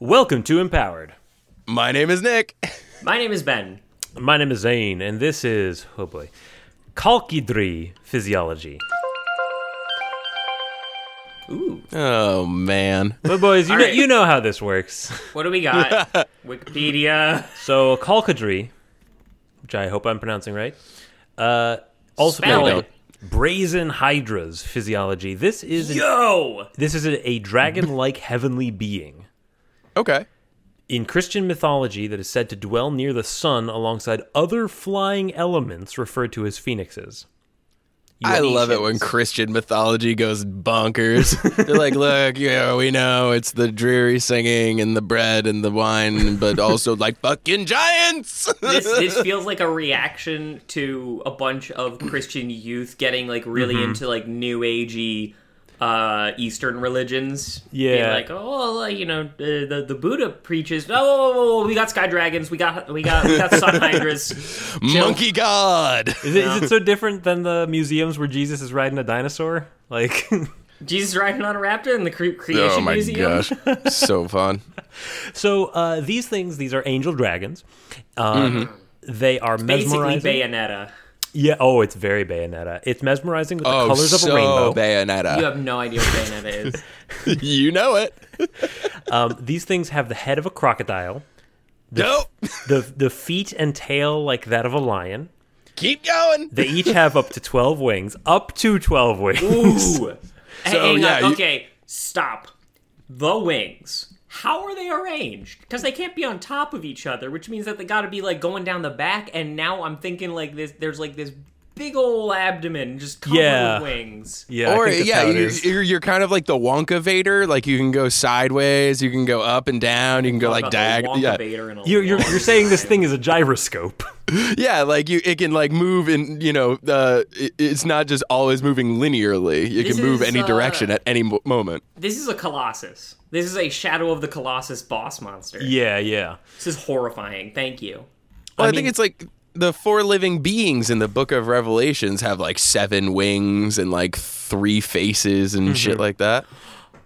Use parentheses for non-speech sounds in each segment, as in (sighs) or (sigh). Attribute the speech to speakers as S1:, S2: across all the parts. S1: Welcome to Empowered.
S2: My name is Nick.
S3: My name is Ben.
S1: My name is Zane, and this is, oh boy, Kalkidri Physiology.
S3: Ooh,
S2: Oh man.
S1: But, boys, you,
S3: All
S1: know,
S3: right.
S1: you know how this works.
S3: what do
S2: (laughs)
S3: we got? Wikipedia.
S1: So, Kalkidri, which I hope I'm pronouncing right, uh, also
S3: Spell
S1: called
S2: it.
S1: Brazen Hydra's Physiology. This is an,
S3: Yo,
S1: this is a, a dragon like heavenly being.
S2: Okay.
S1: in Christian mythology that is said to dwell near the sun alongside other flying elements referred to as phoenixes.
S2: I love it when Christian mythology goes bonkers. They're like, look, yeah, we know it's the dreary singing and the bread and the wine, but also like fucking giants.
S3: this this feels like a reaction to a bunch of Christian youth getting like really
S2: Mm-hmm.
S3: into like new agey uh eastern religions Being
S1: Yeah.
S3: like oh well, you know the, the the buddha preaches oh whoa, whoa, whoa, we got sky dragons we got we got we
S2: (laughs)
S3: got sun hydras
S2: Monkey God.
S1: Is it, is it so different than the museums where Jesus is riding a dinosaur? Like, (laughs)
S3: jesus riding on a raptor in the cre- creation
S2: Oh my
S3: museum
S2: gosh.
S1: (laughs)
S2: So fun.
S1: so uh, these things, these are angel dragons. Uh, They are
S3: basically
S1: mesmerizing.
S3: bayonetta
S1: yeah. Oh, it's very Bayonetta. It's mesmerizing with the
S2: Oh,
S1: colors of
S2: so
S1: a rainbow.
S3: you
S2: Bayonetta.
S3: have no idea what bayonetta is
S2: You know it.
S1: um, these things have the head of a crocodile,
S2: Nope. (laughs)
S1: the the feet and tail like that of a lion.
S2: Keep going.
S1: They each have (laughs) up to twelve wings. Up to twelve wings.
S3: Ooh. Hang
S2: yeah,
S3: on.
S2: you-
S3: uh, Okay, stop. The wings. How are they arranged? Because they can't be on top of each other, which means that they got to be like going down the back. And now I'm thinking like this. There's like this big old abdomen just covered
S1: Yeah.
S3: with wings.
S1: (laughs) Yeah,
S2: or
S1: I think that's
S2: yeah,
S1: how it
S2: you,
S1: is.
S2: you're, you're kind of like the Wonka Vader. Like you can go sideways, you can go up and down, you can go like
S3: About the
S2: diagonal.
S3: Wonka
S2: Yeah,
S3: Vader in a
S1: You're, you're,
S3: long
S1: you're saying this
S3: time.
S1: thing is a gyroscope. (laughs)
S2: yeah, like you, it can like move in. You know, uh, it, it's not just always moving linearly. You
S3: This
S2: can move
S3: is,
S2: any
S3: uh,
S2: direction at any mo- moment.
S3: This is a colossus. This is a Shadow of the Colossus boss monster.
S1: yeah, yeah.
S3: This is horrifying. Thank you.
S2: Well, I,
S1: mean-
S2: think it's like the four living beings in the Book of Revelations have like seven wings and like three faces and shit
S3: Mm-hmm.
S2: like that.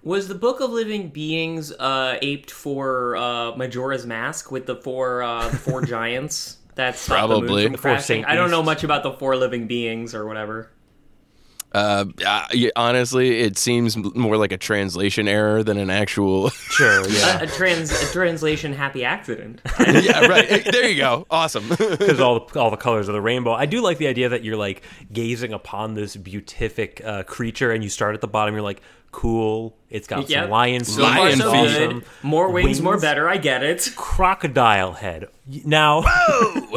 S3: Was the Book of Living Beings uh, aped for uh, Majora's Mask with the four uh,
S1: (laughs)
S3: the four giants? That's the
S2: Probably.
S3: moon from
S2: The
S1: four
S3: crashing.
S1: Saint
S3: I don't know
S1: Beasts.
S3: much about the four living beings or (sighs) whatever.
S2: Uh, uh, yeah, honestly, it seems m- more like a translation error than an actual. (laughs)
S1: Sure, yeah.
S3: A trans a translation happy accident.
S2: yeah, right. Eh, There you go. Awesome.
S1: Because all the, all the colors of the rainbow. I do like the idea that you're like gazing upon this beatific uh, creature, and you start at the bottom. You're like, cool. It's got
S3: Yep.
S1: some (laughs) lion feet.
S2: far
S1: it's
S2: so
S1: awesome.
S3: good. More wings, more
S1: Wings.
S3: better. I get it.
S1: Crocodile head. Y- Now, (laughs)
S2: (laughs)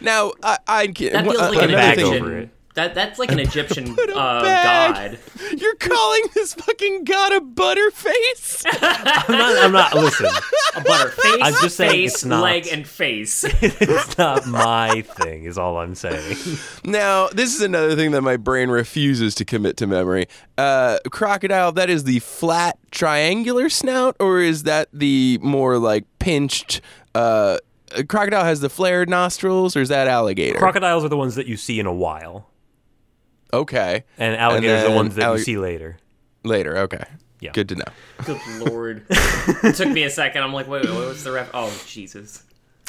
S2: Now, I, I can.
S3: Oh. That feels
S2: uh,
S3: like
S1: bag
S3: an
S2: another thing-
S1: over
S3: Egyptian.
S1: it.
S3: That that's
S1: (laughs)
S3: like an Egyptian
S2: a
S3: uh,
S2: bag.
S3: god.
S2: You're calling this fucking god a butterface?
S1: I'm not. I'm not. Listen, (laughs)
S3: A butter face,
S1: I'm just saying
S3: face,
S1: it's not.
S3: leg, and
S1: (laughs)
S3: face.
S1: it's not my thing. Is all I'm saying.
S2: (laughs) now, this is another thing that my brain refuses to commit to memory. Uh, crocodile, that is the flat triangular snout, or is that the more like pinched? Uh, a crocodile has the flared nostrils, or is that alligator?
S1: Crocodiles are the ones that you see in a while,
S2: okay.
S1: and alligators are the
S2: then
S1: ones that
S2: allig-
S1: you see later.
S2: Later. Okay.
S1: Yeah.
S2: Good to know.
S3: Good lord. it took me a second. I'm like, wait, wait, what was the ref? Oh, Jesus.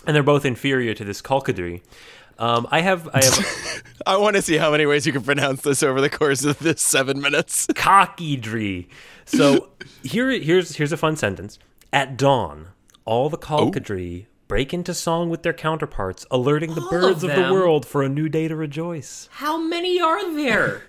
S1: And they're both inferior to this Kalkadri. Um, I have. I have.
S2: I want to see how many ways you can pronounce this over the course of this seven minutes.
S1: Cockydry.
S3: (laughs)
S1: So here, here's here's a fun sentence. At dawn, all
S3: Oh.
S1: the Kalkadri break into song with their counterparts, alerting the
S3: All
S1: birds
S3: of
S1: of the
S3: them?
S1: world for a new day to rejoice.
S3: How many are there?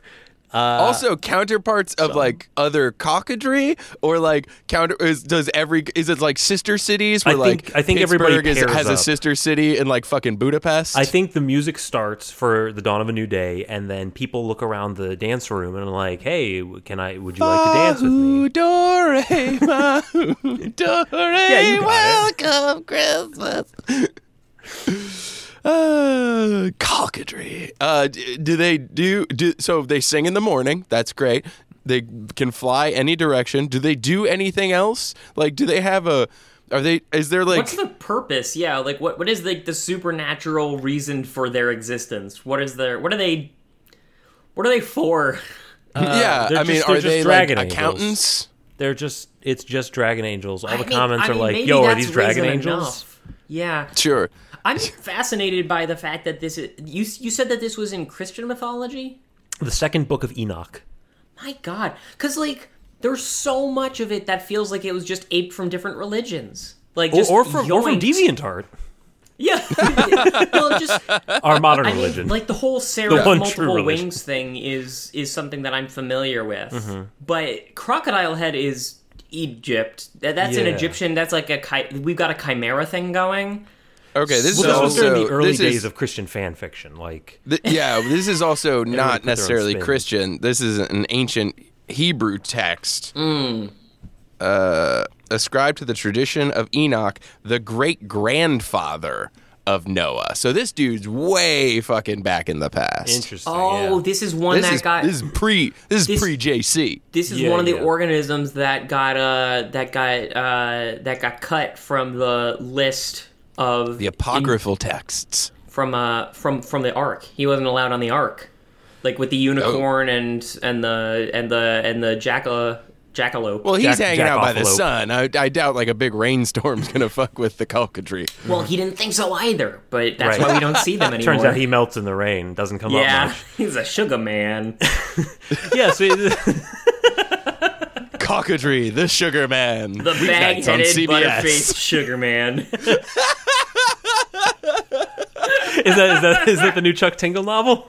S1: Uh,
S2: also counterparts of like other cockadry or like counter is, does every is it like sister cities where
S1: I think-
S2: like
S1: I think
S2: Pittsburgh
S1: everybody
S2: is,
S1: pairs
S2: has a
S1: up.
S2: sister city in like fucking Budapest.
S1: I think the music starts for the dawn of a new day, and then people look around the dance room and are like, "Hey, can I? Would you like to dance with me?"
S2: Dore, (laughs) Dore,
S1: you got
S2: welcome Christmas. Uh, cockadry. Uh, d- do they do, do? So they sing in the morning. That's great. They can fly any direction. Do they do anything else? Like, do they have a? Are they? Is there like?
S3: What's the purpose? Yeah, like what what is like the supernatural reason for their existence? What is their what are they what are they for?
S2: yeah,
S1: they're
S2: I mean,
S1: just-
S2: are
S1: Uh, they're just
S2: they like
S1: dragon angels.
S2: accountants?
S1: They're just it's just dragon angels. All the
S3: I mean-
S1: comments
S3: I
S1: are
S3: mean,
S1: like,
S3: maybe
S1: "Yo, are
S3: that's
S1: these dragon
S3: reason
S1: angels?"
S3: enough. Yeah,
S2: Sure.
S1: (laughs)
S3: I'm fascinated by the fact that this is. You you said that this was in Christian mythology.
S1: The second book of Enoch.
S3: My God, because like there's so much of it that feels like it was just aped from different religions, like
S1: Or,
S3: just
S1: or from or from
S3: yoinked.
S1: DeviantArt,
S3: Yeah, (laughs) well, just
S1: our modern
S3: (laughs) I mean,
S1: religion.
S3: like the whole Sarah
S1: one true
S3: multiple
S1: religion. Mm-hmm.
S3: wings thing is is something that I'm familiar with, but crocodile head is Egypt. That, that's an
S1: Yeah.
S3: Egyptian. That's like a chi- we've got a chimera thing going.
S2: Okay,
S1: well,
S2: this is
S1: this was
S2: also
S1: during the early
S2: this
S1: days
S2: is,
S1: of Christian fan fiction. Like,
S2: th- yeah, this is
S1: (laughs)
S2: also
S1: put
S2: not
S1: their own
S2: necessarily
S1: spin.
S2: Christian. This is an ancient Hebrew text.
S3: Hmm.
S2: Uh, ascribed to the tradition of Enoch, the great grandfather of Noah. So this dude's way fucking back in the past.
S1: interesting.
S3: Oh,
S1: yeah.
S3: this is one
S2: This
S3: that
S2: is,
S3: got
S2: this is pre this is
S3: This-
S2: pre JC.
S3: This is
S1: Yeah,
S3: one of the
S1: yeah.
S3: organisms that got uh that got uh that got cut from the list of
S2: The apocryphal texts.
S3: from uh from from the ark. He wasn't allowed on the ark, like with the
S1: Oh.
S3: unicorn and and the and the and the jackal jackalope.
S2: Well, he's
S1: Jack-
S2: hanging
S1: Jack
S2: out by the
S1: Offalope.
S2: sun. I, I doubt like a big rainstorm's gonna fuck with the calcadry.
S3: Well, he didn't think so either, but that's
S1: Right.
S3: why we don't see them anymore.
S1: (laughs) Turns out he melts in the rain, doesn't come
S3: yeah,
S1: (laughs) up
S3: he's a sugar man.
S1: much. Yeah, so it-
S2: Cockadry, the Sugar Man.
S3: The bag-headed,
S2: Weeknights on CBS.
S3: butterfaced sugar man.
S1: is that is that is that the new Chuck Tingle novel?